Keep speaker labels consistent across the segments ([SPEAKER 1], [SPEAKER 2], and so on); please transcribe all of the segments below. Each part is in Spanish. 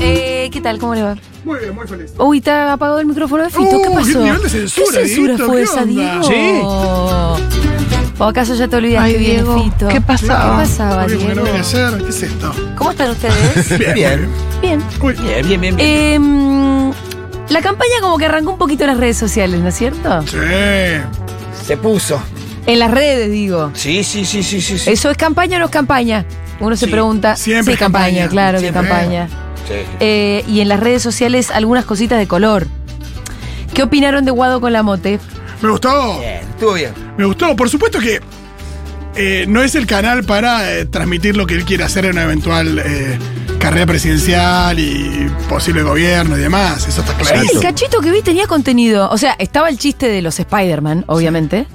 [SPEAKER 1] Eh, ¿qué tal? ¿Cómo le va?
[SPEAKER 2] Muy bien, muy feliz.
[SPEAKER 1] Uy, te apagó el micrófono de Fito,
[SPEAKER 2] Uh,
[SPEAKER 1] ¿qué
[SPEAKER 2] qué
[SPEAKER 1] pasó?
[SPEAKER 2] nivel de censura,
[SPEAKER 1] ¿Qué censura
[SPEAKER 2] Dieguito,
[SPEAKER 1] fue
[SPEAKER 2] ¿qué
[SPEAKER 1] esa,
[SPEAKER 2] onda?
[SPEAKER 1] Diego? ¿O acaso ya te olvidaste
[SPEAKER 3] Ay,
[SPEAKER 1] bien,
[SPEAKER 3] Diego,
[SPEAKER 1] Fito?
[SPEAKER 3] ¿qué
[SPEAKER 1] ¿Qué
[SPEAKER 3] pasaba?
[SPEAKER 1] pasaba,
[SPEAKER 2] Muy bien, porque
[SPEAKER 1] Diego?
[SPEAKER 2] no viene a ser. ¿Qué es esto?
[SPEAKER 1] ¿Cómo están ustedes?
[SPEAKER 2] Bien.
[SPEAKER 3] Bien.
[SPEAKER 1] bien.
[SPEAKER 2] Uy,
[SPEAKER 3] Bien, bien, bien. bien.
[SPEAKER 1] Eh, mm, la campaña como que arrancó un poquito en las redes sociales, ¿no es cierto?
[SPEAKER 2] sí.
[SPEAKER 1] Eh,
[SPEAKER 3] Se puso.
[SPEAKER 1] En las redes, digo.
[SPEAKER 3] Sí, sí, sí, sí, sí. sí.
[SPEAKER 1] ¿Eso es campaña o no es campaña? Uno se
[SPEAKER 3] Sí,
[SPEAKER 1] pregunta.
[SPEAKER 2] siempre
[SPEAKER 1] sí, campaña,
[SPEAKER 2] campaña,
[SPEAKER 1] claro,
[SPEAKER 3] siempre.
[SPEAKER 1] que campaña.
[SPEAKER 3] Sí.
[SPEAKER 1] Eh, y en las redes sociales algunas cositas de color. ¿Qué opinaron de Guado con la mote?
[SPEAKER 2] Me gustó.
[SPEAKER 3] Bien, estuvo bien.
[SPEAKER 2] Me gustó. Por supuesto que eh, no es el canal para eh, transmitir lo que él quiere hacer en una eventual eh, carrera presidencial y posible gobierno y demás. Eso está
[SPEAKER 1] Yo El
[SPEAKER 2] clarito.
[SPEAKER 1] cachito que vi tenía contenido. O sea, estaba el chiste de los Spider-Man, obviamente.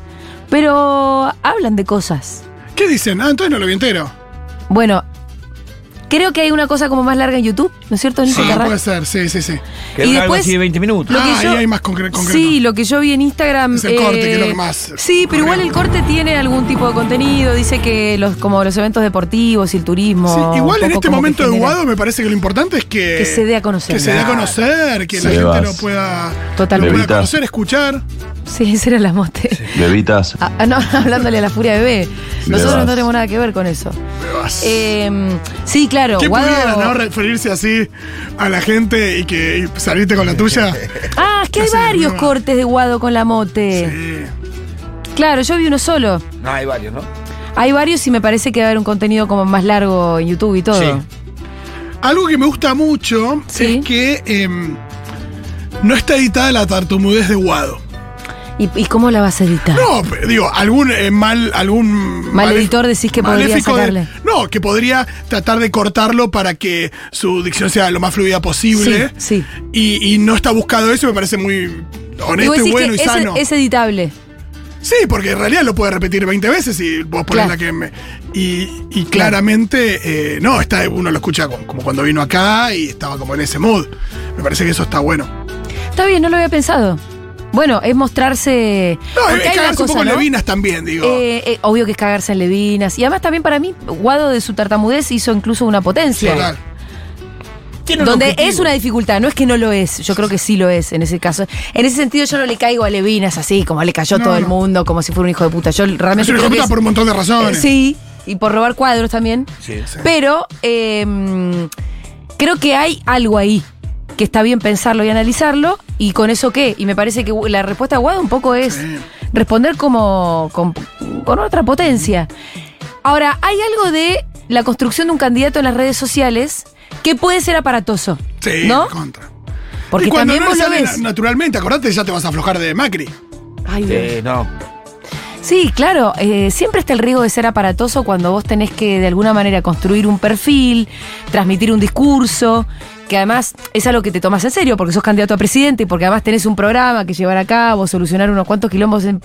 [SPEAKER 1] Pero hablan de cosas.
[SPEAKER 2] ¿Qué dicen? Ah, entonces no lo vi entero.
[SPEAKER 1] Bueno, creo que hay una cosa como más larga en YouTube, ¿no es cierto, Nico
[SPEAKER 2] Ah,
[SPEAKER 1] Carrasco?
[SPEAKER 2] puede ser, sí, sí, sí.
[SPEAKER 3] Que
[SPEAKER 1] Y
[SPEAKER 3] dura algo
[SPEAKER 1] después-
[SPEAKER 3] así de 20 minutos.
[SPEAKER 1] Lo que
[SPEAKER 2] ah,
[SPEAKER 1] yo-
[SPEAKER 2] ahí hay más concre- concreto.
[SPEAKER 1] Sí, lo que yo vi en Instagram. eh,
[SPEAKER 2] Es el corte, que es lo que más-
[SPEAKER 1] Sí, pero igual el corte tiene algún tipo de contenido. Dice que los como los eventos deportivos y el turismo.
[SPEAKER 2] Sí, igual
[SPEAKER 1] un
[SPEAKER 2] en
[SPEAKER 1] poco
[SPEAKER 2] este
[SPEAKER 1] como que
[SPEAKER 2] momento de
[SPEAKER 1] genera-
[SPEAKER 2] Guado me parece que lo importante es que,
[SPEAKER 1] Que se dé a conocer.
[SPEAKER 2] que se dé a conocer, que la
[SPEAKER 4] Sí,
[SPEAKER 2] gente
[SPEAKER 4] vas.
[SPEAKER 2] lo pueda,
[SPEAKER 1] Totalmente.
[SPEAKER 2] lo pueda
[SPEAKER 4] Evita.
[SPEAKER 2] conocer, escuchar.
[SPEAKER 1] Sí, esa era la mote.
[SPEAKER 4] Bebitas.
[SPEAKER 1] Ah, ah, no, hablándole a la furia bebé. Nosotros
[SPEAKER 4] vas.
[SPEAKER 1] no tenemos nada que ver con eso.
[SPEAKER 2] vas.
[SPEAKER 1] Eh, sí, claro.
[SPEAKER 2] ¿Qué
[SPEAKER 1] Guado-
[SPEAKER 2] pudiera no referirse así a la gente y que y salirte con la tuya?
[SPEAKER 1] Ah, es que hay
[SPEAKER 2] Ese es el
[SPEAKER 1] varios
[SPEAKER 2] problema.
[SPEAKER 1] cortes de Guado con la mote.
[SPEAKER 2] Sí.
[SPEAKER 1] Claro, yo vi uno solo.
[SPEAKER 3] No, hay varios, ¿no?
[SPEAKER 1] Hay varios y me parece que va a haber un contenido como más largo en YouTube y todo.
[SPEAKER 3] Sí.
[SPEAKER 2] Algo que me gusta mucho
[SPEAKER 1] Sí.
[SPEAKER 2] es que em, no está editada la tartamudez de Guado.
[SPEAKER 1] ¿Y, y cómo la vas a editar?
[SPEAKER 2] No, pero, digo, algún eh, mal, algún
[SPEAKER 1] Mal editor decís que podría
[SPEAKER 2] maléfico
[SPEAKER 1] sacarle.
[SPEAKER 2] no, que podría tratar de cortarlo para que su dicción sea lo más fluida posible.
[SPEAKER 1] Sí, sí.
[SPEAKER 2] Y, y no está buscado eso, me parece muy
[SPEAKER 1] Y vos
[SPEAKER 2] honesto y
[SPEAKER 1] decís
[SPEAKER 2] este bueno
[SPEAKER 1] que
[SPEAKER 2] y
[SPEAKER 1] es,
[SPEAKER 2] sano.
[SPEAKER 1] es editable.
[SPEAKER 2] Sí, porque en realidad lo puede repetir 20 veces y vos ponés
[SPEAKER 1] Claro.
[SPEAKER 2] la que me. Y, y claramente, eh, no, está, uno lo escucha como, como cuando vino acá y estaba como en ese mood. Me parece que eso está bueno.
[SPEAKER 1] Está bien, no lo había pensado. Bueno, es mostrarse.
[SPEAKER 2] No,
[SPEAKER 1] porque
[SPEAKER 2] es
[SPEAKER 1] hay una
[SPEAKER 2] cagarse
[SPEAKER 1] cosa,
[SPEAKER 2] un poco en
[SPEAKER 1] ¿no?
[SPEAKER 2] Levinas también, digo.
[SPEAKER 1] Eh, eh, obvio que es cagarse en Levinas. Y además también para mí, Guado de su tartamudez hizo incluso una potencia.
[SPEAKER 2] Total.
[SPEAKER 3] Tiene un
[SPEAKER 1] Donde
[SPEAKER 3] objetivo.
[SPEAKER 1] es una dificultad, no es que no lo es, yo creo que sí lo es en ese caso. En ese sentido yo no le caigo a Levinas así, como le cayó a
[SPEAKER 2] No,
[SPEAKER 1] todo el
[SPEAKER 2] no.
[SPEAKER 1] mundo, como si fuera un hijo de puta. Yo realmente
[SPEAKER 2] Es una
[SPEAKER 1] creo que
[SPEAKER 2] hijoputa
[SPEAKER 1] es-
[SPEAKER 2] por un montón de razones.
[SPEAKER 1] eh, sí, y por robar cuadros también.
[SPEAKER 3] Sí, sí.
[SPEAKER 1] Pero eh, creo que hay algo ahí que está bien pensarlo y analizarlo. ¿Y con eso qué? Y me parece que la respuesta de Guado un poco es
[SPEAKER 2] Sí.
[SPEAKER 1] responder como con, con otra potencia. Ahora, hay algo de la construcción de un candidato en las redes sociales que puede ser aparatoso.
[SPEAKER 2] Sí,
[SPEAKER 1] ¿No?
[SPEAKER 2] contra.
[SPEAKER 1] Porque
[SPEAKER 2] y cuando
[SPEAKER 1] también
[SPEAKER 2] no
[SPEAKER 1] vos
[SPEAKER 2] le
[SPEAKER 1] lo
[SPEAKER 2] sale
[SPEAKER 1] ves.
[SPEAKER 2] na- naturalmente, acordate, ya te vas a aflojar de Macri.
[SPEAKER 1] Ay, Dios.
[SPEAKER 3] Sí, no.
[SPEAKER 1] Sí, claro, eh, siempre está el riesgo de ser aparatoso cuando vos tenés que de alguna manera construir un perfil, transmitir un discurso, que además es algo que te tomas en serio porque sos candidato a presidente y porque además tenés un programa que llevar a cabo, solucionar unos cuantos quilombos. en-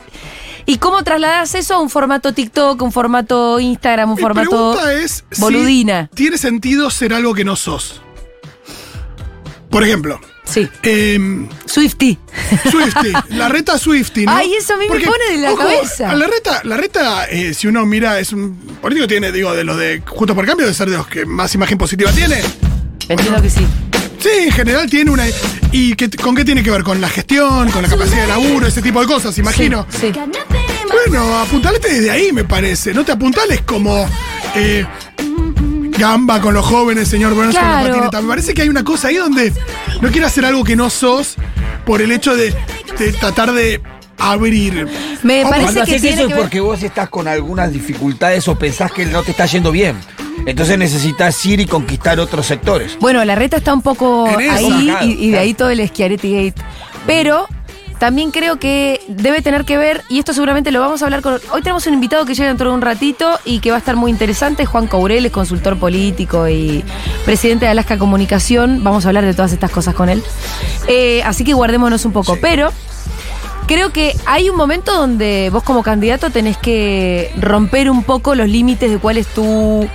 [SPEAKER 1] ¿Y cómo trasladás eso a un formato TikTok, un formato Instagram, un
[SPEAKER 2] Mi
[SPEAKER 1] formato
[SPEAKER 2] pregunta es si
[SPEAKER 1] boludina?
[SPEAKER 2] tiene sentido ser algo que no sos. Por ejemplo,
[SPEAKER 1] Sí,
[SPEAKER 2] em,
[SPEAKER 1] Swifty.
[SPEAKER 2] Swifty, la reta Swifty, ¿no?
[SPEAKER 1] Ay, eso a mí me pone de la cabeza.
[SPEAKER 2] a La reta, la reta eh, si uno mira, es un político tiene, digo, de los de Justo por Cambio, de ser de los que más imagen positiva tiene.
[SPEAKER 1] Entiendo que sí.
[SPEAKER 2] Sí, en general tiene una. ¿Y qué- con qué tiene que ver? Con la gestión, con la capacidad de laburo, ese tipo de cosas, imagino.
[SPEAKER 1] Sí, sí.
[SPEAKER 2] Bueno, apuntalate desde ahí, me parece. No te apuntales como. eh, Gamba con los jóvenes, señor Buenos
[SPEAKER 1] Claro.
[SPEAKER 2] con la patineta. Me parece que hay una cosa ahí donde no quiero hacer algo que no sos por el hecho de, de tratar de abrir.
[SPEAKER 1] Me
[SPEAKER 2] Ojo,
[SPEAKER 1] parece
[SPEAKER 3] Cuando
[SPEAKER 1] que
[SPEAKER 3] haces
[SPEAKER 1] tiene
[SPEAKER 3] eso
[SPEAKER 1] que
[SPEAKER 3] es
[SPEAKER 1] ver-
[SPEAKER 3] porque vos estás con algunas dificultades o pensás que no te está yendo bien. Entonces necesitas ir y conquistar otros sectores.
[SPEAKER 1] Bueno, la reta está un poco
[SPEAKER 2] En esa.
[SPEAKER 1] ahí
[SPEAKER 3] Claro,
[SPEAKER 1] y, y de
[SPEAKER 3] claro.
[SPEAKER 1] ahí todo el Schiaretti Gate. Pero también creo que debe tener que ver, y esto seguramente lo vamos a hablar con. Hoy tenemos un invitado que llega dentro de un ratito y que va a estar muy interesante. Juan Courel es consultor político y presidente de Alaska Comunicación. Vamos a hablar de todas estas cosas con él. Eh, así que guardémonos un poco. Pero. Creo que hay un momento donde vos como candidato tenés que romper un poco los límites de cuál es tu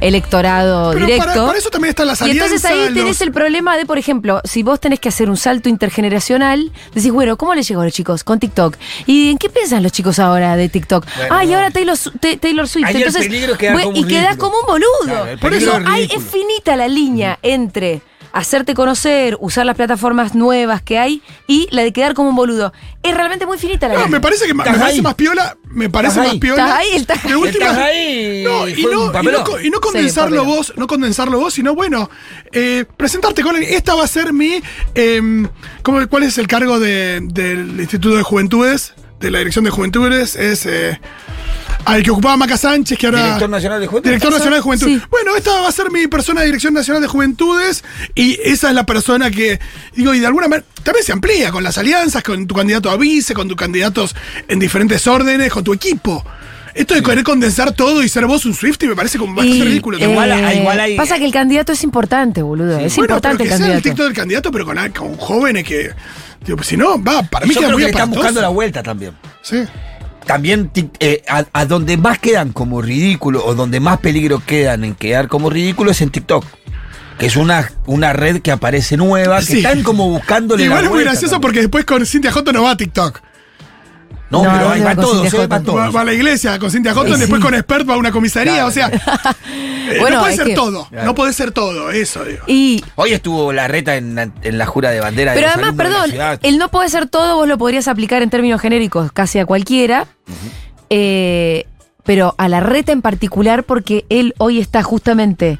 [SPEAKER 1] electorado
[SPEAKER 2] Pero
[SPEAKER 1] directo.
[SPEAKER 2] para, para eso también están las
[SPEAKER 1] Y entonces
[SPEAKER 2] alianzas.
[SPEAKER 1] ahí tenés
[SPEAKER 2] los-
[SPEAKER 1] el problema de, por ejemplo, si vos tenés que hacer un salto intergeneracional, decís, bueno, ¿cómo le llegó a los chicos? Con TikTok. ¿Y en qué piensan los chicos ahora de TikTok?
[SPEAKER 3] Bueno,
[SPEAKER 1] ah, y
[SPEAKER 3] no.
[SPEAKER 1] ahora Taylor, Su- Te- Taylor Swift.
[SPEAKER 3] Ahí el
[SPEAKER 1] entonces,
[SPEAKER 3] peligro queda
[SPEAKER 1] bueno,
[SPEAKER 3] como
[SPEAKER 1] y
[SPEAKER 3] un
[SPEAKER 1] quedás
[SPEAKER 3] ridículo.
[SPEAKER 1] como un boludo.
[SPEAKER 3] Claro, el
[SPEAKER 1] por
[SPEAKER 3] peligro
[SPEAKER 1] eso
[SPEAKER 3] es
[SPEAKER 1] hay,
[SPEAKER 3] ridículo.
[SPEAKER 1] es finita la línea entre hacerte conocer, usar las plataformas nuevas que hay y la de quedar como un boludo. Es realmente muy finita la
[SPEAKER 2] No,
[SPEAKER 1] gana.
[SPEAKER 2] me parece que ma- me
[SPEAKER 3] Estás
[SPEAKER 2] parece
[SPEAKER 3] ahí.
[SPEAKER 2] más piola. Me parece
[SPEAKER 3] Estás
[SPEAKER 2] más
[SPEAKER 3] ahí.
[SPEAKER 2] piola.
[SPEAKER 1] Estás ahí, el taja-
[SPEAKER 2] De última-
[SPEAKER 3] Estás ahí,
[SPEAKER 2] No, y
[SPEAKER 3] fue un
[SPEAKER 2] no, y
[SPEAKER 3] papelón.
[SPEAKER 2] no co- y no
[SPEAKER 1] Sí,
[SPEAKER 2] condensarlo
[SPEAKER 1] papelón.
[SPEAKER 2] vos, no condensarlo vos, sino bueno, eh, presentarte con alguien. Esta va a ser mi. em, ¿cómo- ¿Cuál es el cargo de- del Instituto de Juventudes? De la Dirección de Juventudes. Es. eh, al que ocupaba Maca Sánchez, que ahora.
[SPEAKER 3] Director Nacional de Juventud.
[SPEAKER 2] Director Nacional de Juventud.
[SPEAKER 1] Sí.
[SPEAKER 2] Bueno, esta va a ser mi persona de Dirección Nacional de Juventudes y esa es la persona que, digo, y de alguna manera también se amplía con las alianzas, con tu candidato a vice, con tus candidatos en diferentes órdenes, con tu equipo. Esto de querer condensar todo y ser vos un Swifty me parece como bastante
[SPEAKER 1] Y,
[SPEAKER 2] ridículo.
[SPEAKER 1] eh,
[SPEAKER 3] Igual hay- igual hay-
[SPEAKER 1] Pasa que el candidato es importante, boludo. Es
[SPEAKER 2] Bueno,
[SPEAKER 1] importante el
[SPEAKER 2] pero que sea el
[SPEAKER 1] candidato.
[SPEAKER 2] TikTok del candidato, pero con, con jóvenes que. Digo, pues si no, va, para mí
[SPEAKER 3] Yo
[SPEAKER 2] queda
[SPEAKER 3] creo
[SPEAKER 2] muy
[SPEAKER 3] que le están
[SPEAKER 2] aparatoso.
[SPEAKER 3] buscando la vuelta también.
[SPEAKER 2] Sí.
[SPEAKER 3] También ti- eh, a, a donde más quedan como ridículos o donde más peligro quedan en quedar como ridículos es en TikTok. Que es una, una red que aparece nueva, que
[SPEAKER 2] Sí.
[SPEAKER 3] están como buscándole
[SPEAKER 2] Igual
[SPEAKER 3] la
[SPEAKER 2] es muy
[SPEAKER 3] vuelta
[SPEAKER 2] gracioso
[SPEAKER 3] también.
[SPEAKER 2] porque después con Cintia J no va a TikTok.
[SPEAKER 3] No,
[SPEAKER 1] No,
[SPEAKER 3] pero ahí ¿eh?
[SPEAKER 1] no,
[SPEAKER 3] va
[SPEAKER 1] no, con
[SPEAKER 3] todo,
[SPEAKER 1] Cintia
[SPEAKER 3] se va
[SPEAKER 1] J.
[SPEAKER 2] Va,
[SPEAKER 3] todo.
[SPEAKER 2] va a la iglesia con Cintia Houghton,
[SPEAKER 1] Sí.
[SPEAKER 2] después con expert va a una comisaría,
[SPEAKER 3] Claro.
[SPEAKER 2] o sea. eh,
[SPEAKER 1] Bueno,
[SPEAKER 2] no puede
[SPEAKER 1] es
[SPEAKER 2] ser
[SPEAKER 1] que-
[SPEAKER 2] todo, no
[SPEAKER 3] Claro.
[SPEAKER 2] puede ser todo, eso digo.
[SPEAKER 1] Y
[SPEAKER 3] Hoy estuvo la reta en, la- en la jura de bandera. de
[SPEAKER 1] Pero
[SPEAKER 3] los
[SPEAKER 1] además,
[SPEAKER 3] alumnos de la
[SPEAKER 1] perdón,
[SPEAKER 3] ciudad.
[SPEAKER 1] el no puede ser todo, vos lo podrías aplicar en términos genéricos casi a cualquiera. Eh, pero a la reta en particular, porque él hoy está justamente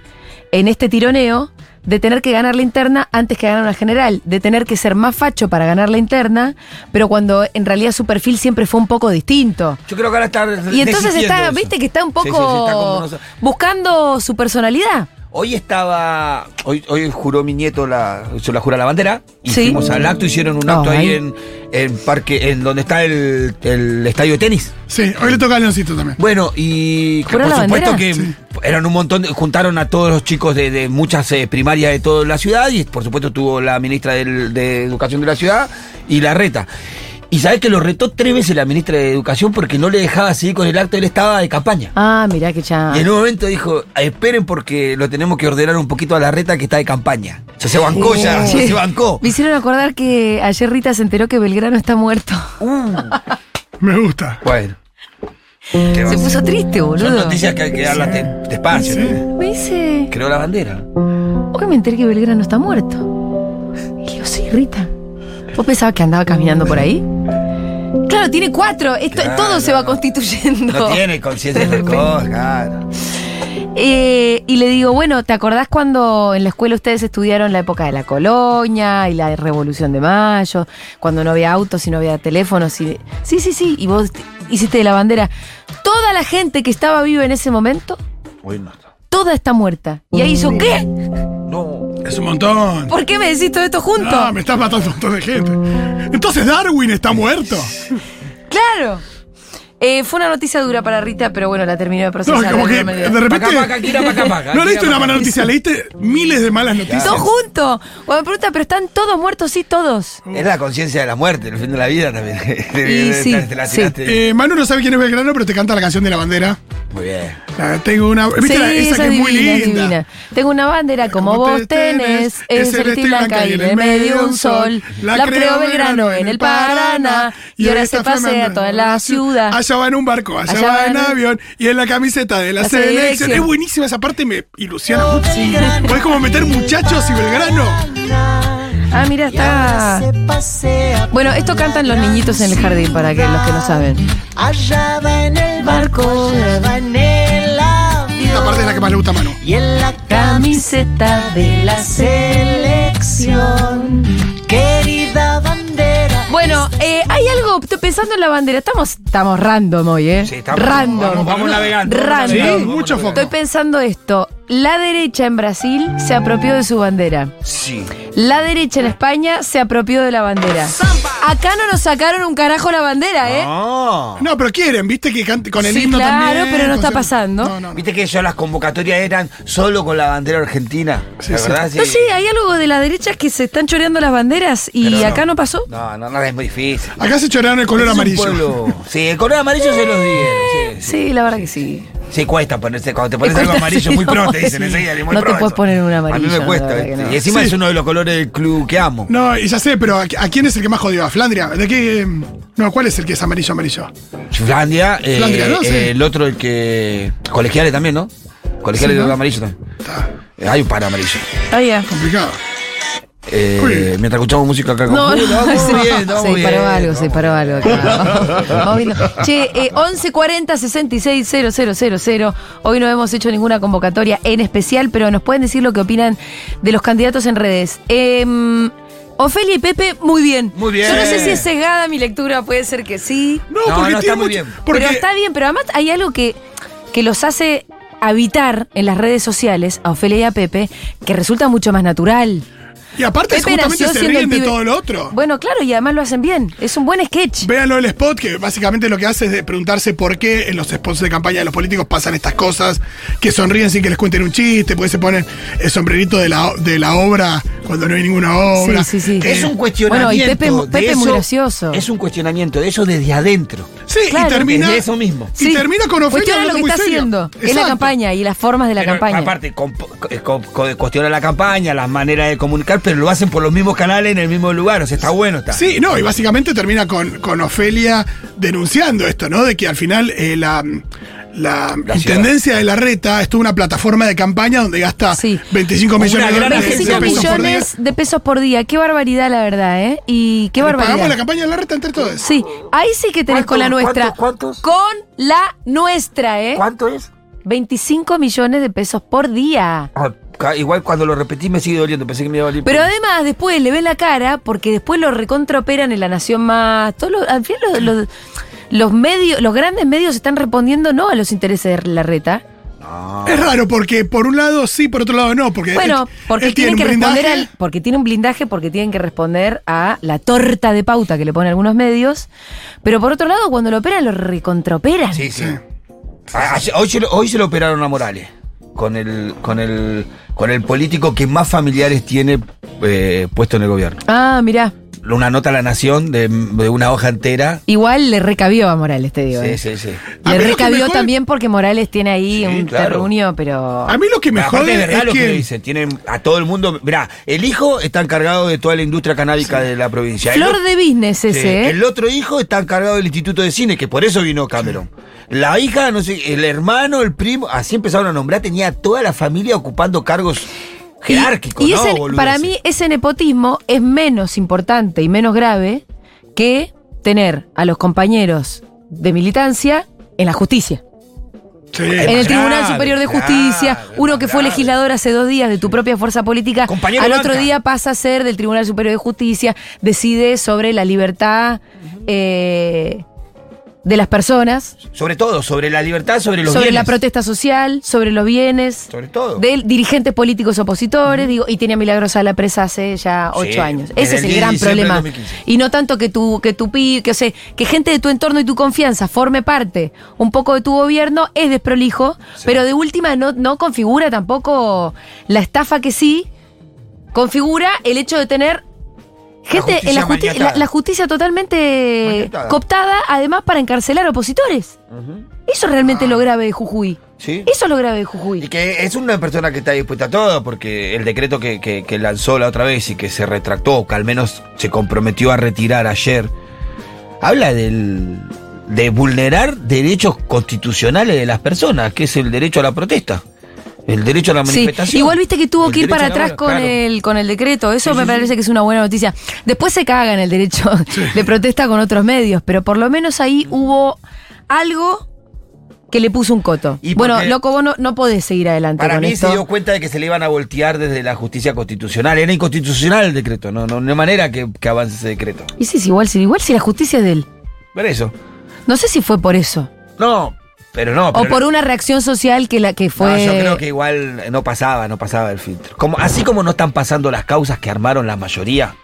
[SPEAKER 1] en este tironeo de tener que ganar la interna antes que ganar una general, de tener que ser más facho para ganar la interna, pero cuando en realidad su perfil siempre fue un poco distinto.
[SPEAKER 3] Yo creo que ahora está.
[SPEAKER 1] Y entonces
[SPEAKER 3] desistiendo
[SPEAKER 1] está,
[SPEAKER 3] eso.
[SPEAKER 1] viste que está un
[SPEAKER 3] Sí, sí,
[SPEAKER 1] poco
[SPEAKER 3] sí, está como no sé.
[SPEAKER 1] buscando su personalidad.
[SPEAKER 3] Hoy estaba. Hoy, hoy juró mi nieto la. Se la jura la bandera. Y
[SPEAKER 1] Sí.
[SPEAKER 3] fuimos al acto, hicieron un acto
[SPEAKER 1] Oh,
[SPEAKER 3] ahí
[SPEAKER 1] ahí.
[SPEAKER 3] en, en parque, en donde está el, el estadio de tenis.
[SPEAKER 2] Sí, hoy le toca a Leoncito también.
[SPEAKER 3] Bueno, y que
[SPEAKER 1] ¿Juró
[SPEAKER 3] por
[SPEAKER 1] la
[SPEAKER 3] supuesto
[SPEAKER 1] bandera?
[SPEAKER 3] que eran un montón, de- juntaron a todos los chicos de, de muchas eh, primarias de toda la ciudad y por supuesto tuvo la ministra del- de Educación de la ciudad y la reta. Y sabés que lo retó tres veces la ministra de Educación porque no le dejaba seguir con el acto, él estaba de campaña.
[SPEAKER 1] Ah, mirá que ya.
[SPEAKER 3] Y en un momento dijo, esperen porque lo tenemos que ordenar un poquito a la reta que está de campaña. O sea, se bancó ya,
[SPEAKER 1] Che,
[SPEAKER 3] se bancó.
[SPEAKER 1] Me hicieron acordar que ayer Rita se enteró que Belgrano está muerto.
[SPEAKER 3] Uh,
[SPEAKER 2] Me gusta.
[SPEAKER 3] bueno. Qué
[SPEAKER 1] Se
[SPEAKER 3] va.
[SPEAKER 1] puso triste, boludo.
[SPEAKER 3] Son noticias que hay que darlas de- despacio, ¿no?
[SPEAKER 1] Me dice,
[SPEAKER 3] Creó la bandera.
[SPEAKER 1] hoy me enteré que Belgrano está muerto. Y le digo, sí, Rita. ¿Vos pensabas que andaba caminando por ahí? Claro, tiene cuatro. Esto-
[SPEAKER 3] Claro.
[SPEAKER 1] Todo se va constituyendo.
[SPEAKER 3] No tiene conciencia
[SPEAKER 1] De
[SPEAKER 3] de cosas, claro.
[SPEAKER 1] Eh, y le digo, bueno, ¿te acordás cuando en la escuela ustedes estudiaron la época de la colonia y la revolución de mayo? Cuando no había autos y no había teléfonos. Y... Sí, sí, sí. Y vos hiciste de la bandera. Toda la gente que estaba viva en ese momento,
[SPEAKER 3] Hoy no está.
[SPEAKER 1] toda está muerta. Y ahí yo, ¿qué?
[SPEAKER 3] No.
[SPEAKER 2] Es un montón.
[SPEAKER 1] ¿Por qué me decís todo esto junto?
[SPEAKER 2] No, Ah, me estás matando un montón de gente. Entonces Darwin está muerto.
[SPEAKER 1] Claro. Eh, fue una noticia dura para Rita, pero bueno, la terminó de
[SPEAKER 2] No,
[SPEAKER 1] procesar.
[SPEAKER 2] como que
[SPEAKER 1] no me dio.
[SPEAKER 2] de repente.
[SPEAKER 3] Paca, paca, quira, paca, paca,
[SPEAKER 2] No leíste
[SPEAKER 3] quira,
[SPEAKER 2] una
[SPEAKER 3] paca.
[SPEAKER 2] mala noticia, leíste miles de malas noticias.
[SPEAKER 1] Todo junto. Cuando me pregunta, pero están todos muertos, sí, todos.
[SPEAKER 3] Es la conciencia de la muerte, el fin de la vida también.
[SPEAKER 1] Y sí,
[SPEAKER 3] Te la
[SPEAKER 1] sí.
[SPEAKER 3] tiraste.
[SPEAKER 2] Eh, Manu no sabe quién es Belgrano, pero te canta la canción de la bandera.
[SPEAKER 3] Muy bien.
[SPEAKER 2] Ah, tengo una. ¿Viste
[SPEAKER 1] sí,
[SPEAKER 2] la- esa, que es muy
[SPEAKER 1] divina,
[SPEAKER 2] linda?
[SPEAKER 1] divina. Tengo una bandera como, vos tenés, es celeste y blanca y en el medio un sol. La creo Belgrano en el Paraná y ahora se
[SPEAKER 2] está
[SPEAKER 1] pasea
[SPEAKER 2] flamando
[SPEAKER 1] toda la ciudad.
[SPEAKER 2] Allá va en un barco, allá,
[SPEAKER 1] Allá
[SPEAKER 2] va
[SPEAKER 1] va
[SPEAKER 2] en
[SPEAKER 1] en-
[SPEAKER 2] avión y en la camiseta de la,
[SPEAKER 1] La
[SPEAKER 2] selección.
[SPEAKER 1] selección. Oh,
[SPEAKER 2] Es buenísima esa parte, me ilusiona mucho. Podés como meter muchachos y Belgrano.
[SPEAKER 1] Ah, mira, está. Bueno, esto cantan los niñitos en el jardín, para que los que no saben.
[SPEAKER 4] Allá va en el barco, allá va en el
[SPEAKER 2] La parte es
[SPEAKER 4] avión
[SPEAKER 2] la que más le gusta a Manu.
[SPEAKER 4] y en la
[SPEAKER 1] Camiseta de la
[SPEAKER 4] selección, querida bandera.
[SPEAKER 1] Bueno, eh, hay algo, estoy pensando en la bandera. Estamos, estamos random hoy, ¿eh?
[SPEAKER 3] Sí, estamos-
[SPEAKER 1] random.
[SPEAKER 3] Vamos, vamos navegando.
[SPEAKER 1] Random.
[SPEAKER 2] Sí,
[SPEAKER 1] Vamos,
[SPEAKER 2] mucho foco.
[SPEAKER 1] Estoy pensando esto. La derecha en Brasil se apropió de su bandera.
[SPEAKER 3] Sí.
[SPEAKER 1] La derecha en España se apropió de la bandera. Acá no nos sacaron un carajo la bandera, ¿eh?
[SPEAKER 3] No.
[SPEAKER 2] No, pero quieren, viste que cante con el
[SPEAKER 1] Sí,
[SPEAKER 2] himno
[SPEAKER 1] claro,
[SPEAKER 2] también.
[SPEAKER 1] pero no
[SPEAKER 2] con
[SPEAKER 1] está
[SPEAKER 2] ser-
[SPEAKER 1] pasando.
[SPEAKER 2] No, no, no.
[SPEAKER 3] Viste que eso las convocatorias eran solo con la bandera argentina.
[SPEAKER 2] Sí,
[SPEAKER 3] ¿La
[SPEAKER 2] sí.
[SPEAKER 3] verdad?
[SPEAKER 1] No sé, hay algo de la derecha que se están choreando las banderas y
[SPEAKER 3] Pero
[SPEAKER 1] acá no pasó.
[SPEAKER 3] No, no, no, es muy difícil.
[SPEAKER 2] Acá se choraron el color
[SPEAKER 3] Es un
[SPEAKER 2] amarillo.
[SPEAKER 3] pueblo- Sí, el color amarillo se los dieron. Sí, sí.
[SPEAKER 1] Sí, la verdad que sí.
[SPEAKER 3] Sí, cuesta ponerse. Cuando te pones algo
[SPEAKER 1] cuesta,
[SPEAKER 3] amarillo,
[SPEAKER 1] sí,
[SPEAKER 3] muy
[SPEAKER 1] no,
[SPEAKER 3] pro, te dicen
[SPEAKER 1] sí.
[SPEAKER 3] enseguida. muy
[SPEAKER 1] No
[SPEAKER 3] pro
[SPEAKER 1] te puedes
[SPEAKER 3] eso.
[SPEAKER 1] poner un
[SPEAKER 3] A mí
[SPEAKER 1] amarillo,
[SPEAKER 3] me
[SPEAKER 1] no, la
[SPEAKER 3] cuesta.
[SPEAKER 1] verdad que
[SPEAKER 3] ¿viste?
[SPEAKER 1] no.
[SPEAKER 3] Y encima
[SPEAKER 2] Sí.
[SPEAKER 3] es uno de los colores del club que amo.
[SPEAKER 2] No, y ya sé, pero ¿a, a quién es el que más jodió? ¿A Flandria? ¿De qué? No, ¿cuál es el que es amarillo, amarillo?
[SPEAKER 3] Finlandia, eh,
[SPEAKER 2] Finlandia, ¿no?
[SPEAKER 3] eh,
[SPEAKER 2] Sí.
[SPEAKER 3] el otro el que. Colegiales también, ¿no? Colegiales
[SPEAKER 2] Sí,
[SPEAKER 3] de
[SPEAKER 2] ¿no?
[SPEAKER 3] amarillo también.
[SPEAKER 2] Está
[SPEAKER 3] Eh, Hay un par amarillo.
[SPEAKER 1] Ah, ya.
[SPEAKER 2] complicado.
[SPEAKER 3] Eh,
[SPEAKER 2] Uy.
[SPEAKER 3] mientras escuchamos música acá con
[SPEAKER 1] No,
[SPEAKER 3] Julio,
[SPEAKER 1] no,
[SPEAKER 3] vamos
[SPEAKER 1] se,
[SPEAKER 3] bien,
[SPEAKER 1] se
[SPEAKER 3] vamos
[SPEAKER 1] disparó
[SPEAKER 3] bien.
[SPEAKER 1] algo, se disparó algo. acá. Vamos- vamos viendo. Che, eh, 1140 66 000. Hoy no hemos hecho ninguna convocatoria en especial, pero nos pueden decir lo que opinan de los candidatos en redes. Em, Ofelia y Pepe, muy bien.
[SPEAKER 3] Muy bien.
[SPEAKER 1] Yo no sé si es sesgada mi lectura, puede ser que sí.
[SPEAKER 2] No,
[SPEAKER 3] No,
[SPEAKER 2] porque tiene
[SPEAKER 3] no, está muy
[SPEAKER 2] mucho-
[SPEAKER 3] bien.
[SPEAKER 2] porque-
[SPEAKER 1] Pero está bien, pero además hay algo que, que los hace habitar en las redes sociales a Ofelia y a Pepe, que resulta mucho más natural.
[SPEAKER 2] y aparte
[SPEAKER 1] Pepe
[SPEAKER 2] justamente
[SPEAKER 1] nació
[SPEAKER 2] se
[SPEAKER 1] siendo el
[SPEAKER 2] ríen de
[SPEAKER 1] pibe-
[SPEAKER 2] todo lo otro.
[SPEAKER 1] Bueno, claro, y además lo hacen bien. Es un buen sketch.
[SPEAKER 2] Véanlo el spot, que básicamente lo que hace es de preguntarse por qué en los spots de campaña de los políticos pasan estas cosas, que sonríen sin que les cuenten un chiste, porque se ponen el sombrerito de la, o- de la obra cuando no hay ninguna obra.
[SPEAKER 1] Sí, sí, sí.
[SPEAKER 3] Es un
[SPEAKER 1] Bueno, y
[SPEAKER 3] cuestionamiento.
[SPEAKER 1] Pepe mu-
[SPEAKER 3] de
[SPEAKER 1] Pepe muy
[SPEAKER 3] eso-
[SPEAKER 1] gracioso.
[SPEAKER 3] Es un cuestionamiento de eso desde adentro.
[SPEAKER 2] Sí,
[SPEAKER 1] Claro.
[SPEAKER 2] y termina.
[SPEAKER 3] Desde eso mismo.
[SPEAKER 2] Y termina con Ofelia
[SPEAKER 1] Cuestiona lo
[SPEAKER 2] hablando
[SPEAKER 1] que
[SPEAKER 2] muy
[SPEAKER 1] está
[SPEAKER 2] serio.
[SPEAKER 1] haciendo. Es la
[SPEAKER 2] Exacto.
[SPEAKER 1] campaña y las formas de la
[SPEAKER 3] Pero,
[SPEAKER 1] campaña.
[SPEAKER 3] Aparte, comp- co- co- cuestiona la campaña, las maneras de comunicar, pero lo hacen por los mismos canales en el mismo lugar. O sea, está bueno. Está.
[SPEAKER 2] Sí, no, y básicamente termina con, con Ofelia denunciando esto, ¿no? De que al final eh, la, la,
[SPEAKER 3] La
[SPEAKER 2] intendencia de la reta es toda una plataforma de campaña donde gasta
[SPEAKER 1] Sí.
[SPEAKER 2] 25
[SPEAKER 3] Una
[SPEAKER 2] millones de
[SPEAKER 3] gran
[SPEAKER 2] dólares.
[SPEAKER 1] 25
[SPEAKER 2] de pesos por día.
[SPEAKER 1] millones de pesos por día. Qué barbaridad, la verdad, ¿eh? Y qué
[SPEAKER 2] Le
[SPEAKER 1] barbaridad.
[SPEAKER 2] Pagamos la campaña de la reta entre todos.
[SPEAKER 1] Sí, ahí sí que tenés con la
[SPEAKER 3] ¿Cuántos,
[SPEAKER 1] nuestra.
[SPEAKER 3] cuántos,
[SPEAKER 1] Con la nuestra, ¿eh?
[SPEAKER 3] ¿Cuánto es?
[SPEAKER 1] 25 millones de pesos por día.
[SPEAKER 3] Ah, ca- igual cuando lo repetí me sigue doliendo. Pensé que me iba a doler.
[SPEAKER 1] Pero además, después le ven la cara, porque después lo recontraoperan en La Nación Más. Todo lo- al final, los, los- los medios, los grandes medios están respondiendo no a los intereses de la reta.
[SPEAKER 3] Ah.
[SPEAKER 2] Es raro porque por un lado sí, por otro lado no, porque
[SPEAKER 1] Bueno,
[SPEAKER 2] él-
[SPEAKER 1] porque
[SPEAKER 2] él
[SPEAKER 1] tienen
[SPEAKER 2] tiene
[SPEAKER 1] que
[SPEAKER 2] un
[SPEAKER 1] responder
[SPEAKER 2] blindaje.
[SPEAKER 1] al, porque tiene un blindaje, porque tienen que responder a la torta de pauta que le ponen algunos medios. Pero por otro lado, cuando lo operan, lo recontraoperan.
[SPEAKER 3] Sí, sí. A- ayer- hoy, se lo, hoy se lo operaron a Morales. Con el, con el, con el político que más familiares tiene eh, puesto en el gobierno.
[SPEAKER 1] Ah, mirá.
[SPEAKER 3] Una nota a la nación de, de una hoja entera.
[SPEAKER 1] Igual le recabió a Morales, te digo.
[SPEAKER 3] Sí,
[SPEAKER 1] eh.
[SPEAKER 3] sí, sí.
[SPEAKER 2] A
[SPEAKER 1] Le
[SPEAKER 2] mí lo que me
[SPEAKER 1] recabió
[SPEAKER 2] jode-
[SPEAKER 1] también porque Morales tiene ahí
[SPEAKER 3] Sí,
[SPEAKER 1] un
[SPEAKER 3] claro.
[SPEAKER 1] terruño, pero.
[SPEAKER 2] A mí lo que me
[SPEAKER 3] Aparte
[SPEAKER 2] jode
[SPEAKER 3] es verdad
[SPEAKER 2] es
[SPEAKER 3] lo que, le
[SPEAKER 2] que
[SPEAKER 3] dicen. Tienen a todo el mundo. Mirá, el hijo está encargado de toda la industria canábica de la provincia. El
[SPEAKER 1] Flor
[SPEAKER 3] otro-
[SPEAKER 1] de business
[SPEAKER 3] sí,
[SPEAKER 1] ese, ¿eh?
[SPEAKER 3] El otro hijo está encargado del instituto de cine, que por eso vino Cameron. La hija, no sé, el hermano, el primo, así empezaron a nombrar, tenía a toda la familia ocupando cargos
[SPEAKER 1] Y-
[SPEAKER 3] jerárquicos.
[SPEAKER 1] Y,
[SPEAKER 3] ¿no?
[SPEAKER 1] ese-
[SPEAKER 3] boludeces?
[SPEAKER 1] para mí ese nepotismo es menos importante y menos grave que tener a los compañeros de militancia en la justicia.
[SPEAKER 2] Sí.
[SPEAKER 1] en el
[SPEAKER 3] grave,
[SPEAKER 1] Tribunal Superior de
[SPEAKER 3] grave,
[SPEAKER 1] Justicia, uno que fue
[SPEAKER 3] grave.
[SPEAKER 1] legislador hace dos días de tu propia fuerza política,
[SPEAKER 3] Compañero
[SPEAKER 1] al
[SPEAKER 3] de
[SPEAKER 1] otro
[SPEAKER 3] banca.
[SPEAKER 1] día pasa a ser del Tribunal Superior de Justicia, decide sobre la libertad eh, de las personas,
[SPEAKER 3] Sobre todo, sobre la libertad, sobre los
[SPEAKER 1] sobre la
[SPEAKER 3] bienes.
[SPEAKER 1] protesta social, sobre los bienes,
[SPEAKER 3] Sobre todo.
[SPEAKER 1] de dirigentes políticos opositores, digo, y tenía Milagrosa a la presa hace ya
[SPEAKER 3] Sí,
[SPEAKER 1] ocho años.
[SPEAKER 3] desde
[SPEAKER 1] Ese es
[SPEAKER 3] el
[SPEAKER 1] el
[SPEAKER 3] 10 de
[SPEAKER 1] gran
[SPEAKER 3] diciembre del
[SPEAKER 1] problema.
[SPEAKER 3] 2015.
[SPEAKER 1] Y no tanto que tu, que tu pi, que, o sea, que gente de tu entorno y tu confianza forme parte un poco de tu gobierno, es desprolijo, pero de última no, no configura tampoco la estafa que sí, configura el hecho de tener. Gente, en la,
[SPEAKER 3] justicia
[SPEAKER 1] justi-
[SPEAKER 3] maniatada.
[SPEAKER 1] la- la justicia totalmente
[SPEAKER 3] Maniatada.
[SPEAKER 1] cooptada, además para encarcelar opositores. Eso realmente es lo grave de Jujuy.
[SPEAKER 3] Ah. Sí.
[SPEAKER 1] Eso es lo grave de Jujuy.
[SPEAKER 3] Y que es una persona que está dispuesta a todo, porque el decreto que, que- que lanzó la otra vez y que se retractó, que al menos se comprometió a retirar ayer, habla del, de vulnerar derechos constitucionales de las personas, que es el derecho a la protesta, el derecho a la
[SPEAKER 1] Sí,
[SPEAKER 3] manifestación.
[SPEAKER 1] igual viste que tuvo
[SPEAKER 3] el
[SPEAKER 1] que ir
[SPEAKER 3] derecho
[SPEAKER 1] para
[SPEAKER 3] a la
[SPEAKER 1] atrás
[SPEAKER 3] huelga,
[SPEAKER 1] con
[SPEAKER 3] claro.
[SPEAKER 1] el con el decreto. Eso me parece que es una buena noticia. Después se cagan el derecho de protesta con otros medios, pero por lo menos ahí
[SPEAKER 3] Mm.
[SPEAKER 1] hubo algo que le puso un coto.
[SPEAKER 3] Y
[SPEAKER 1] bueno,
[SPEAKER 3] porque-
[SPEAKER 1] loco, vos no, no podés seguir adelante
[SPEAKER 3] Para
[SPEAKER 1] con
[SPEAKER 3] mí
[SPEAKER 1] esto.
[SPEAKER 3] se dio cuenta de que se le iban a voltear desde la justicia constitucional. Era inconstitucional el decreto, no, no, no hay manera que, que avance ese decreto.
[SPEAKER 1] Y sí, sí, igual, sí, igual si la justicia es de él.
[SPEAKER 3] Pero eso.
[SPEAKER 1] No sé si fue por eso.
[SPEAKER 3] No, pero no.
[SPEAKER 1] o
[SPEAKER 3] pero-
[SPEAKER 1] por una reacción social que la que fue.
[SPEAKER 3] No, yo creo que igual no pasaba, no pasaba el filtro. Como, así como no están pasando las causas que armaron la mayoría,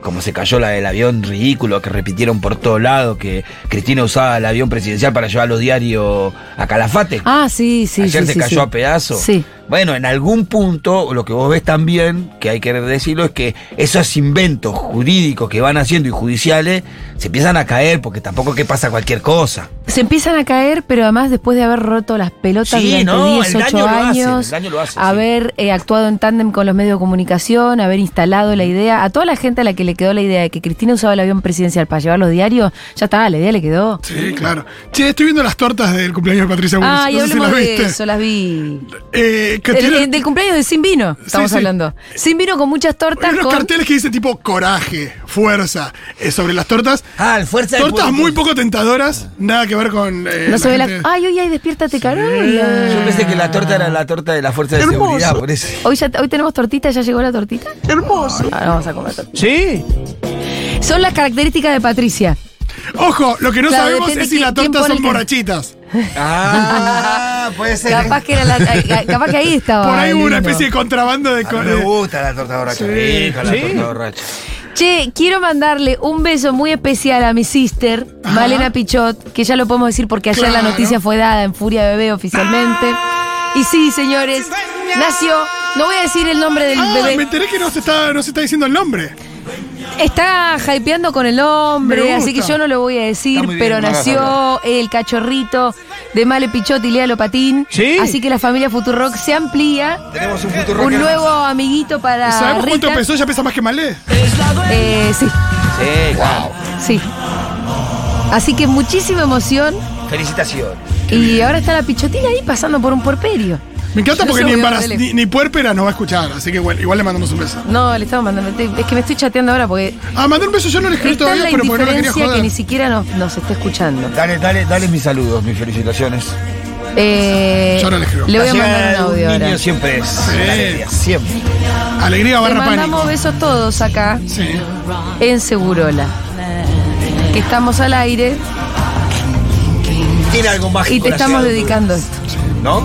[SPEAKER 3] como se cayó la del avión ridículo que repitieron por todos lados, que Cristina usaba el avión presidencial para llevar los diarios a Calafate.
[SPEAKER 1] Ah, sí, sí,
[SPEAKER 3] Ayer
[SPEAKER 1] sí,
[SPEAKER 3] se
[SPEAKER 1] sí, sí.
[SPEAKER 3] cayó a pedazos.
[SPEAKER 1] Sí.
[SPEAKER 3] Bueno, en algún punto, lo que vos ves también, que hay que decirlo, es que esos inventos jurídicos que van haciendo y judiciales se empiezan a caer porque tampoco es que pasa cualquier cosa.
[SPEAKER 1] Se empiezan a caer, pero además después de haber roto las pelotas
[SPEAKER 3] Sí,
[SPEAKER 1] durante
[SPEAKER 3] no, el
[SPEAKER 1] 10, 8
[SPEAKER 3] daño lo hacen,
[SPEAKER 1] años,
[SPEAKER 3] el daño lo hacen, sí.
[SPEAKER 1] haber eh, actuado en tándem con los medios de comunicación, haber instalado la idea, a toda la gente a la que le quedó la idea de que Cristina usaba el avión presidencial para llevar los diarios, ya está, la idea le quedó.
[SPEAKER 2] Sí, claro. Che, estoy viendo las tortas del cumpleaños de Patricia Bullrich.
[SPEAKER 1] Ay,
[SPEAKER 2] no sé si
[SPEAKER 1] hablemos
[SPEAKER 2] las
[SPEAKER 1] de
[SPEAKER 2] viste.
[SPEAKER 1] eso, las vi.
[SPEAKER 2] Eh, eh, que
[SPEAKER 1] El-
[SPEAKER 2] tienen-
[SPEAKER 1] el del cumpleaños de Sin Vino, estamos
[SPEAKER 2] sí.
[SPEAKER 1] hablando. Sin Vino con muchas
[SPEAKER 2] Hay
[SPEAKER 1] tortas.
[SPEAKER 2] unos
[SPEAKER 1] con-
[SPEAKER 2] carteles que dicen tipo coraje, fuerza eh, sobre las tortas.
[SPEAKER 3] Ah, el fuerza de
[SPEAKER 2] Tortas
[SPEAKER 3] Pueblo.
[SPEAKER 2] muy poco tentadoras, nada que ver con. eh,
[SPEAKER 1] No se ve la. Ah.
[SPEAKER 2] gente.
[SPEAKER 1] Ay, hoy hay despiértate, Carola.
[SPEAKER 3] Yo pensé que la torta era
[SPEAKER 1] Ah.
[SPEAKER 3] la torta de la fuerza de
[SPEAKER 2] Hermoso.
[SPEAKER 3] seguridad, por eso.
[SPEAKER 1] Hoy, ya, hoy tenemos tortita, ya llegó la tortita. Hermoso. Ahora vamos a comer tortita.
[SPEAKER 3] Sí.
[SPEAKER 1] Son las características de Patricia.
[SPEAKER 2] Ojo, lo que no
[SPEAKER 1] Claro,
[SPEAKER 2] sabemos
[SPEAKER 1] depende
[SPEAKER 2] es si
[SPEAKER 1] quién-
[SPEAKER 2] las
[SPEAKER 1] quién
[SPEAKER 2] tortas
[SPEAKER 1] pone
[SPEAKER 2] son
[SPEAKER 1] el-
[SPEAKER 2] borrachitas.
[SPEAKER 3] Ah, puede ser.
[SPEAKER 1] Capaz que, era la- ay, capaz que ahí estaba.
[SPEAKER 2] Por ahí hubo una
[SPEAKER 1] lindo.
[SPEAKER 2] especie de contrabando de.
[SPEAKER 3] A mí
[SPEAKER 2] co-
[SPEAKER 3] Ah, me
[SPEAKER 2] de-
[SPEAKER 3] gusta la torta borracha. Rica la torta borracha.
[SPEAKER 1] Che, quiero mandarle un beso muy especial a mi sister, Malena Pichot, que ya lo podemos decir porque ayer la
[SPEAKER 2] Claro.
[SPEAKER 1] noticia fue dada en Furia Bebé oficialmente. Y sí, señores, nació. No voy a decir el nombre del
[SPEAKER 2] Ah, me
[SPEAKER 1] bebé.
[SPEAKER 2] enteré que no se, está, no se está diciendo el nombre.
[SPEAKER 1] Está hypeando con el nombre,
[SPEAKER 2] Me
[SPEAKER 1] así que
[SPEAKER 2] gusta.
[SPEAKER 1] yo no lo voy a decir,
[SPEAKER 3] Está muy bien,
[SPEAKER 1] pero
[SPEAKER 3] no hagas
[SPEAKER 1] nació el cachorrito de Male Pichot y Lea Lopatín.
[SPEAKER 3] Sí.
[SPEAKER 1] Así que la familia Futurock se amplía.
[SPEAKER 3] Tenemos un futuro
[SPEAKER 1] Un nuevo amiguito para.
[SPEAKER 2] ¿Sabemos cuánto
[SPEAKER 1] Ah, Rita.
[SPEAKER 2] pesó? Ya pesa más que Malé.
[SPEAKER 1] Eh, sí,
[SPEAKER 3] Sí, wow.
[SPEAKER 1] sí. Así que muchísima emoción.
[SPEAKER 3] Felicitaciones.
[SPEAKER 1] Y ahora está la pichotina ahí pasando por un porperio.
[SPEAKER 2] Me encanta
[SPEAKER 1] Yo
[SPEAKER 2] porque
[SPEAKER 1] soy
[SPEAKER 2] ni,
[SPEAKER 1] de
[SPEAKER 2] embaraz-
[SPEAKER 1] Tele.
[SPEAKER 2] ni, ni puérpera nos va a escuchar, así que bueno, igual le mandamos un beso.
[SPEAKER 1] No, le estamos mandando. te- Es que me estoy chateando ahora porque
[SPEAKER 2] Ah, mandar un beso yo no le escribí
[SPEAKER 1] es tan
[SPEAKER 2] todavía,
[SPEAKER 1] la
[SPEAKER 2] pero porque no lo quería
[SPEAKER 1] indiferencia que
[SPEAKER 2] joder.
[SPEAKER 1] ni siquiera nos, nos está escuchando.
[SPEAKER 3] Dale, dale, dale mis saludos, mis felicitaciones.
[SPEAKER 1] Eh,
[SPEAKER 2] Yo no le escribo.
[SPEAKER 1] voy a
[SPEAKER 3] Hacia
[SPEAKER 1] mandar un audio
[SPEAKER 3] niño
[SPEAKER 1] ahora.
[SPEAKER 3] siempre es. una alegría, Siempre.
[SPEAKER 2] Alegría
[SPEAKER 1] Le
[SPEAKER 2] barra
[SPEAKER 1] mandamos
[SPEAKER 2] pánico.
[SPEAKER 1] besos todos acá
[SPEAKER 2] Sí.
[SPEAKER 1] en Segurola. Que estamos al aire
[SPEAKER 3] Tiene algo mágico.
[SPEAKER 1] y te
[SPEAKER 3] la
[SPEAKER 1] estamos
[SPEAKER 3] ciudad,
[SPEAKER 1] dedicando esto.
[SPEAKER 3] ¿No?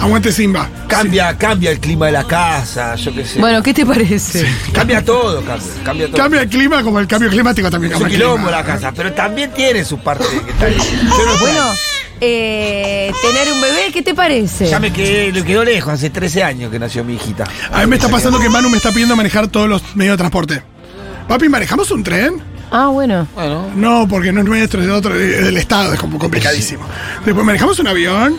[SPEAKER 2] Aguante Simba.
[SPEAKER 3] Cambia, cambia el clima de la casa, yo qué sé.
[SPEAKER 1] Bueno, ¿qué te parece?
[SPEAKER 3] Cambia todo, cambia, cambia todo.
[SPEAKER 2] Cambia el clima como el cambio climático también.
[SPEAKER 3] es un
[SPEAKER 2] cambia el
[SPEAKER 3] quilombo
[SPEAKER 2] clima.
[SPEAKER 3] la casa, pero también tiene su parte que está ahí. Yo no-
[SPEAKER 1] Bueno, eh, tener un bebé, ¿qué te parece?
[SPEAKER 3] ya me quedé, le quedó lejos, hace 13 años que nació mi hijita.
[SPEAKER 2] A mí me está pasando que Manu me está pidiendo manejar todos los medios de transporte. Papi, ¿manejamos un tren?
[SPEAKER 1] Ah, bueno.
[SPEAKER 3] Bueno,
[SPEAKER 2] No, porque no es nuestro, es de otro, es del Estado, es como complicadísimo. Después, ¿manejamos un avión?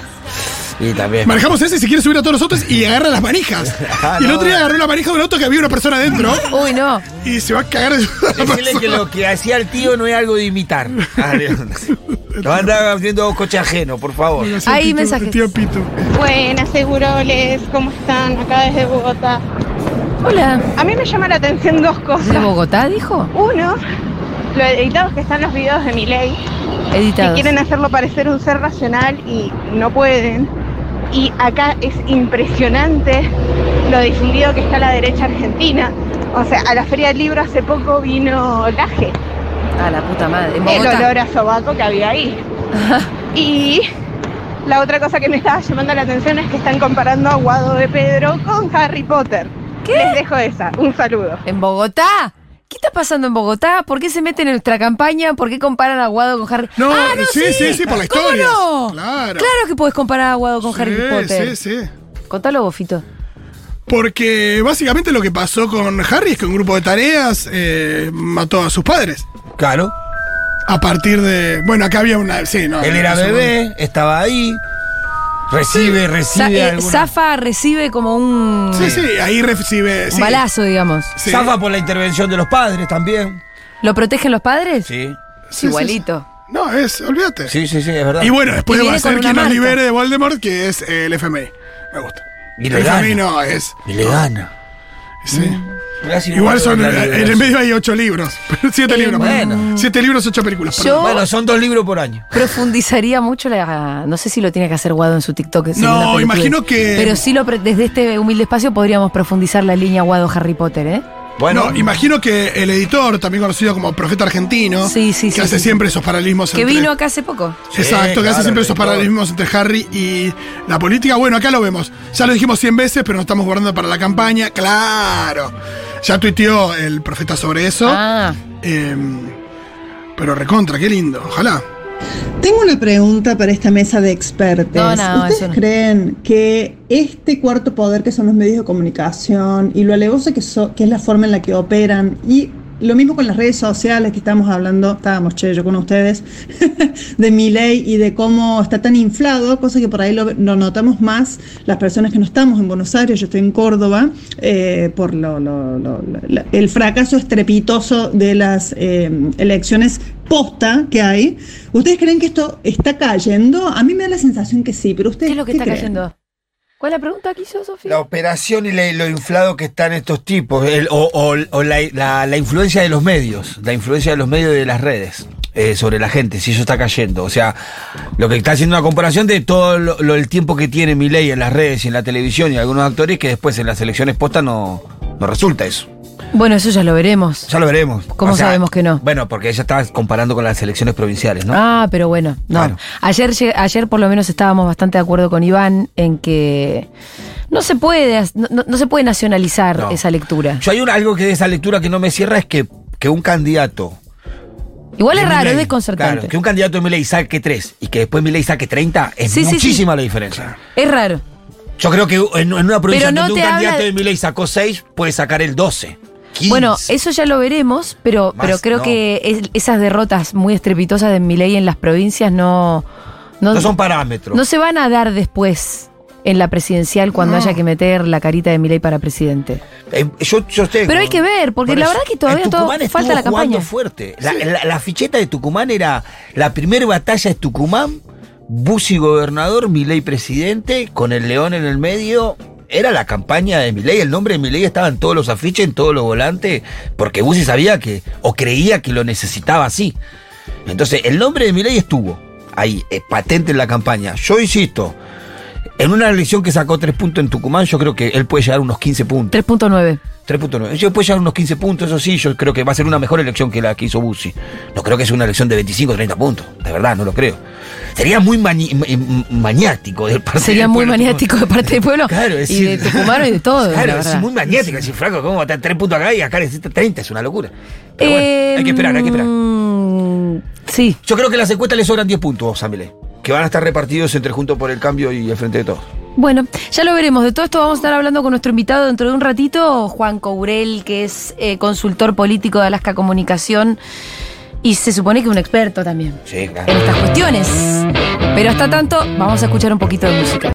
[SPEAKER 3] y también.
[SPEAKER 2] Manejamos ese si quiere subir a todos los otros y agarra las manijas.
[SPEAKER 3] Ah,
[SPEAKER 2] y el
[SPEAKER 3] no.
[SPEAKER 2] otro día agarró la manija de un auto que había una persona adentro
[SPEAKER 1] Uy, no.
[SPEAKER 2] y se va a cagar de la
[SPEAKER 3] Decirle
[SPEAKER 2] persona.
[SPEAKER 3] que lo que hacía el tío no es algo de imitar. Ah, bien. No andaba haciendo coche ajeno, por favor.
[SPEAKER 1] Hay
[SPEAKER 2] Pito,
[SPEAKER 1] mensajes.
[SPEAKER 2] Tío Pito.
[SPEAKER 5] Buenas, seguroles, ¿cómo están? Acá desde Bogotá.
[SPEAKER 1] Hola.
[SPEAKER 5] A mí me llama la atención dos
[SPEAKER 1] ¿De
[SPEAKER 5] cosas.
[SPEAKER 1] Bogotá, dijo?
[SPEAKER 5] Uno, lo editados que están los videos de Milei, que
[SPEAKER 1] Editado.
[SPEAKER 5] quieren hacerlo parecer un ser racional y no pueden. Y acá es impresionante lo difundido que está la derecha argentina. O sea, a la Feria del Libro hace poco vino Laje,
[SPEAKER 1] A Ah, la puta madre. En
[SPEAKER 5] el
[SPEAKER 1] Bogotá.
[SPEAKER 5] olor a sobaco que había ahí. Y la otra cosa que me estaba llamando la atención es que están comparando a Guado de Pedro con Harry Potter. Les dejo esa. Un saludo.
[SPEAKER 1] ¿En Bogotá? ¿Qué está pasando en Bogotá? ¿Por qué se meten en nuestra campaña? ¿Por qué comparan a Guado con Harry
[SPEAKER 2] No,
[SPEAKER 1] Ah,
[SPEAKER 2] sí, sí, sí, por la
[SPEAKER 1] ¿Cómo
[SPEAKER 2] historia.
[SPEAKER 1] no?
[SPEAKER 2] Claro.
[SPEAKER 1] que puedes comparar a Guado con Harry
[SPEAKER 2] Sí,
[SPEAKER 1] Potter.
[SPEAKER 2] Sí, sí.
[SPEAKER 1] Contalo, Bofito.
[SPEAKER 2] Porque básicamente lo que pasó con Harry es que un grupo de tareas eh, mató a sus padres.
[SPEAKER 3] Claro.
[SPEAKER 2] A partir de. Bueno, acá había una. Sí, no.
[SPEAKER 3] Él era
[SPEAKER 2] no sé,
[SPEAKER 3] bebé, estaba ahí. Recibe,
[SPEAKER 1] Sa-
[SPEAKER 3] recibe
[SPEAKER 1] eh,
[SPEAKER 3] alguna-
[SPEAKER 1] Zafa recibe como un,
[SPEAKER 2] Sí, sí, ahí recibe.
[SPEAKER 1] un
[SPEAKER 2] sí,
[SPEAKER 1] balazo, digamos.
[SPEAKER 2] sí.
[SPEAKER 3] Zafa por la intervención de los padres también.
[SPEAKER 1] ¿Lo protegen los padres?
[SPEAKER 3] Sí.
[SPEAKER 1] Es
[SPEAKER 2] Sí, sí,
[SPEAKER 1] igualito.
[SPEAKER 2] No, es, olvídate.
[SPEAKER 3] Sí, sí, sí, es verdad.
[SPEAKER 2] Y bueno, después
[SPEAKER 1] Y
[SPEAKER 2] va
[SPEAKER 1] viene
[SPEAKER 2] a ser
[SPEAKER 1] con
[SPEAKER 2] quien
[SPEAKER 1] una
[SPEAKER 2] nos
[SPEAKER 1] marca.
[SPEAKER 2] libere de Voldemort, que es eh, el FMI. Me gusta.
[SPEAKER 3] Y
[SPEAKER 2] el
[SPEAKER 3] le
[SPEAKER 2] FMI
[SPEAKER 3] gana.
[SPEAKER 2] no es.
[SPEAKER 3] Y le gana.
[SPEAKER 2] Sí.
[SPEAKER 1] Mm.
[SPEAKER 3] Gracias,
[SPEAKER 2] Igual son.
[SPEAKER 3] Eduardo, la
[SPEAKER 2] En el
[SPEAKER 3] liberación.
[SPEAKER 2] medio hay ocho libros. Siete
[SPEAKER 1] Eh,
[SPEAKER 2] libros.
[SPEAKER 3] bueno.
[SPEAKER 2] perdón. Siete libros, ocho películas.
[SPEAKER 1] Yo-
[SPEAKER 2] perdón.
[SPEAKER 3] Bueno, son dos libros por año.
[SPEAKER 1] Profundizaría mucho la. No sé si lo tiene que hacer Guado en su TikTok. según
[SPEAKER 2] No,
[SPEAKER 1] la pelotudez.
[SPEAKER 2] imagino que-
[SPEAKER 1] Pero sí, lo pre- desde este humilde espacio podríamos profundizar la línea Guado-Harry Potter, ¿eh?
[SPEAKER 3] Bueno,
[SPEAKER 2] No, imagino que el editor, también conocido como Profeta Argentino,
[SPEAKER 1] Sí, sí,
[SPEAKER 2] que
[SPEAKER 1] sí,
[SPEAKER 2] hace
[SPEAKER 1] sí.
[SPEAKER 2] siempre esos paralelismos
[SPEAKER 1] Que
[SPEAKER 2] entre-
[SPEAKER 1] vino acá hace poco.
[SPEAKER 2] Exacto, que
[SPEAKER 3] claro,
[SPEAKER 2] hace siempre esos
[SPEAKER 3] editor.
[SPEAKER 2] paralelismos entre Harry y la política. Bueno, acá lo vemos. Ya lo dijimos 100 veces, pero nos estamos guardando para la campaña. ¡Claro! Ya tuiteó el profeta sobre eso.
[SPEAKER 1] Ah.
[SPEAKER 2] Em, pero recontra, qué lindo. Ojalá.
[SPEAKER 6] Tengo una pregunta para esta mesa de expertos.
[SPEAKER 1] No, no,
[SPEAKER 6] ¿Ustedes
[SPEAKER 1] eso no.
[SPEAKER 6] creen que este cuarto poder que son los medios de comunicación y lo alevoso que, so- que es la forma en la que operan y lo mismo con las redes sociales que estábamos hablando, estábamos, che, yo con ustedes, de mi ley y de cómo está tan inflado, cosa que por ahí lo, lo notamos más las personas que no estamos en Buenos Aires, yo estoy en Córdoba, eh, por lo- lo- lo- lo- la- el fracaso estrepitoso de las eh, elecciones posta que hay. ¿Ustedes creen que esto está cayendo? A mí me da la sensación que sí, pero
[SPEAKER 1] ¿Qué
[SPEAKER 6] ustedes
[SPEAKER 1] es lo que
[SPEAKER 6] ¿qué
[SPEAKER 1] está
[SPEAKER 6] creen?
[SPEAKER 1] cayendo? ¿Cuál es la pregunta que hizo Sofía?
[SPEAKER 3] La operación y la- lo inflado que están estos tipos, el- o, o- o la, la- la influencia de los medios, la influencia de los medios y de las redes eh, sobre la gente, si eso está cayendo. O sea, lo que está haciendo una comparación de todo lo, lo- el tiempo que tiene Milei en las redes y en la televisión y algunos actores que después en las elecciones postas no, no resulta eso.
[SPEAKER 1] Bueno, eso ya lo veremos.
[SPEAKER 3] Ya lo veremos.
[SPEAKER 1] ¿Cómo sabemos que no?
[SPEAKER 3] Bueno, porque ella está comparando con las elecciones provinciales, ¿no?
[SPEAKER 1] Ah, pero bueno, no.
[SPEAKER 3] Claro.
[SPEAKER 1] Ayer, lleg- ayer por lo menos estábamos bastante de acuerdo con Iván en que no se puede, as- no, no- no se puede nacionalizar
[SPEAKER 3] No.
[SPEAKER 1] esa lectura.
[SPEAKER 3] Yo hay un- algo que de esa lectura que no me cierra es que, que un candidato
[SPEAKER 1] Igual
[SPEAKER 3] de
[SPEAKER 1] es raro,
[SPEAKER 3] Milei.
[SPEAKER 1] es desconcertante.
[SPEAKER 3] Claro, que un candidato de Milei saque 3 y que después Milei saque 30 es
[SPEAKER 1] Sí, sí, sí.
[SPEAKER 3] muchísima la diferencia.
[SPEAKER 1] Es raro.
[SPEAKER 3] Yo creo que en, en una provincia
[SPEAKER 1] no
[SPEAKER 3] donde un
[SPEAKER 1] te habla
[SPEAKER 3] candidato
[SPEAKER 1] de-
[SPEAKER 3] de Milei sacó 6 puede sacar el 12. 15.
[SPEAKER 1] Bueno, eso ya lo veremos, pero,
[SPEAKER 3] Más
[SPEAKER 1] pero creo
[SPEAKER 3] no.
[SPEAKER 1] que es- esas derrotas muy estrepitosas de Milei en las provincias no, no,
[SPEAKER 3] no son parámetros.
[SPEAKER 1] no se van a dar después en la presidencial cuando haya que meter la carita de Milei para presidente.
[SPEAKER 3] Eh, yo, yo tengo-
[SPEAKER 1] Pero hay que ver, porque
[SPEAKER 3] Por
[SPEAKER 1] la
[SPEAKER 3] eso.
[SPEAKER 1] verdad que todavía
[SPEAKER 3] En
[SPEAKER 1] todo-
[SPEAKER 3] Tucumán estuvo
[SPEAKER 1] falta la
[SPEAKER 3] jugando
[SPEAKER 1] campaña.
[SPEAKER 3] fuerte. La, la- la ficheta de Tucumán era la primera batalla de Tucumán, Bussi gobernador, Milei presidente, con el león en el medio. Era la campaña de Milei, el nombre de Milei estaba en todos los afiches, en todos los volantes, porque Bussi sabía que, o creía que lo necesitaba así. Entonces, el nombre de Milei estuvo ahí, eh, patente en la campaña. Yo insisto, en una elección que sacó tres puntos en Tucumán, yo creo que él puede llegar a unos 15 puntos.
[SPEAKER 1] 3.9.
[SPEAKER 3] 3.9. Yo puede llegar a unos 15 puntos, eso sí, yo creo que va a ser una mejor elección que la que hizo Bussi. No creo que sea una elección de 25 o 30 puntos, de verdad, no lo creo. Sería muy mani- ma- em, maniático del partido.
[SPEAKER 1] Sería muy maniático de parte del pueblo
[SPEAKER 3] Claro, es
[SPEAKER 1] y de
[SPEAKER 3] decir-
[SPEAKER 1] Tucumano y de todo. la
[SPEAKER 3] Claro, es
[SPEAKER 1] verdad.
[SPEAKER 3] muy maniático. Decir, Franco, ¿cómo va a estar 3 puntos acá y acá necesita 30? Es una locura. Pero
[SPEAKER 1] Eh,
[SPEAKER 3] bueno, hay que esperar, hay que esperar.
[SPEAKER 1] mm, Sí.
[SPEAKER 3] Yo creo que a las encuestas le sobran 10 puntos a Milei, que van a estar repartidos entre Juntos por el Cambio y el Frente de Todos.
[SPEAKER 1] Bueno, ya lo veremos. De todo esto vamos a estar hablando con nuestro invitado dentro de un ratito, Juan Courel, que es eh, consultor político de Alaska Comunicación y se supone que un experto también
[SPEAKER 3] Sí, claro.
[SPEAKER 1] en estas cuestiones. Pero hasta tanto, vamos a escuchar un poquito de música.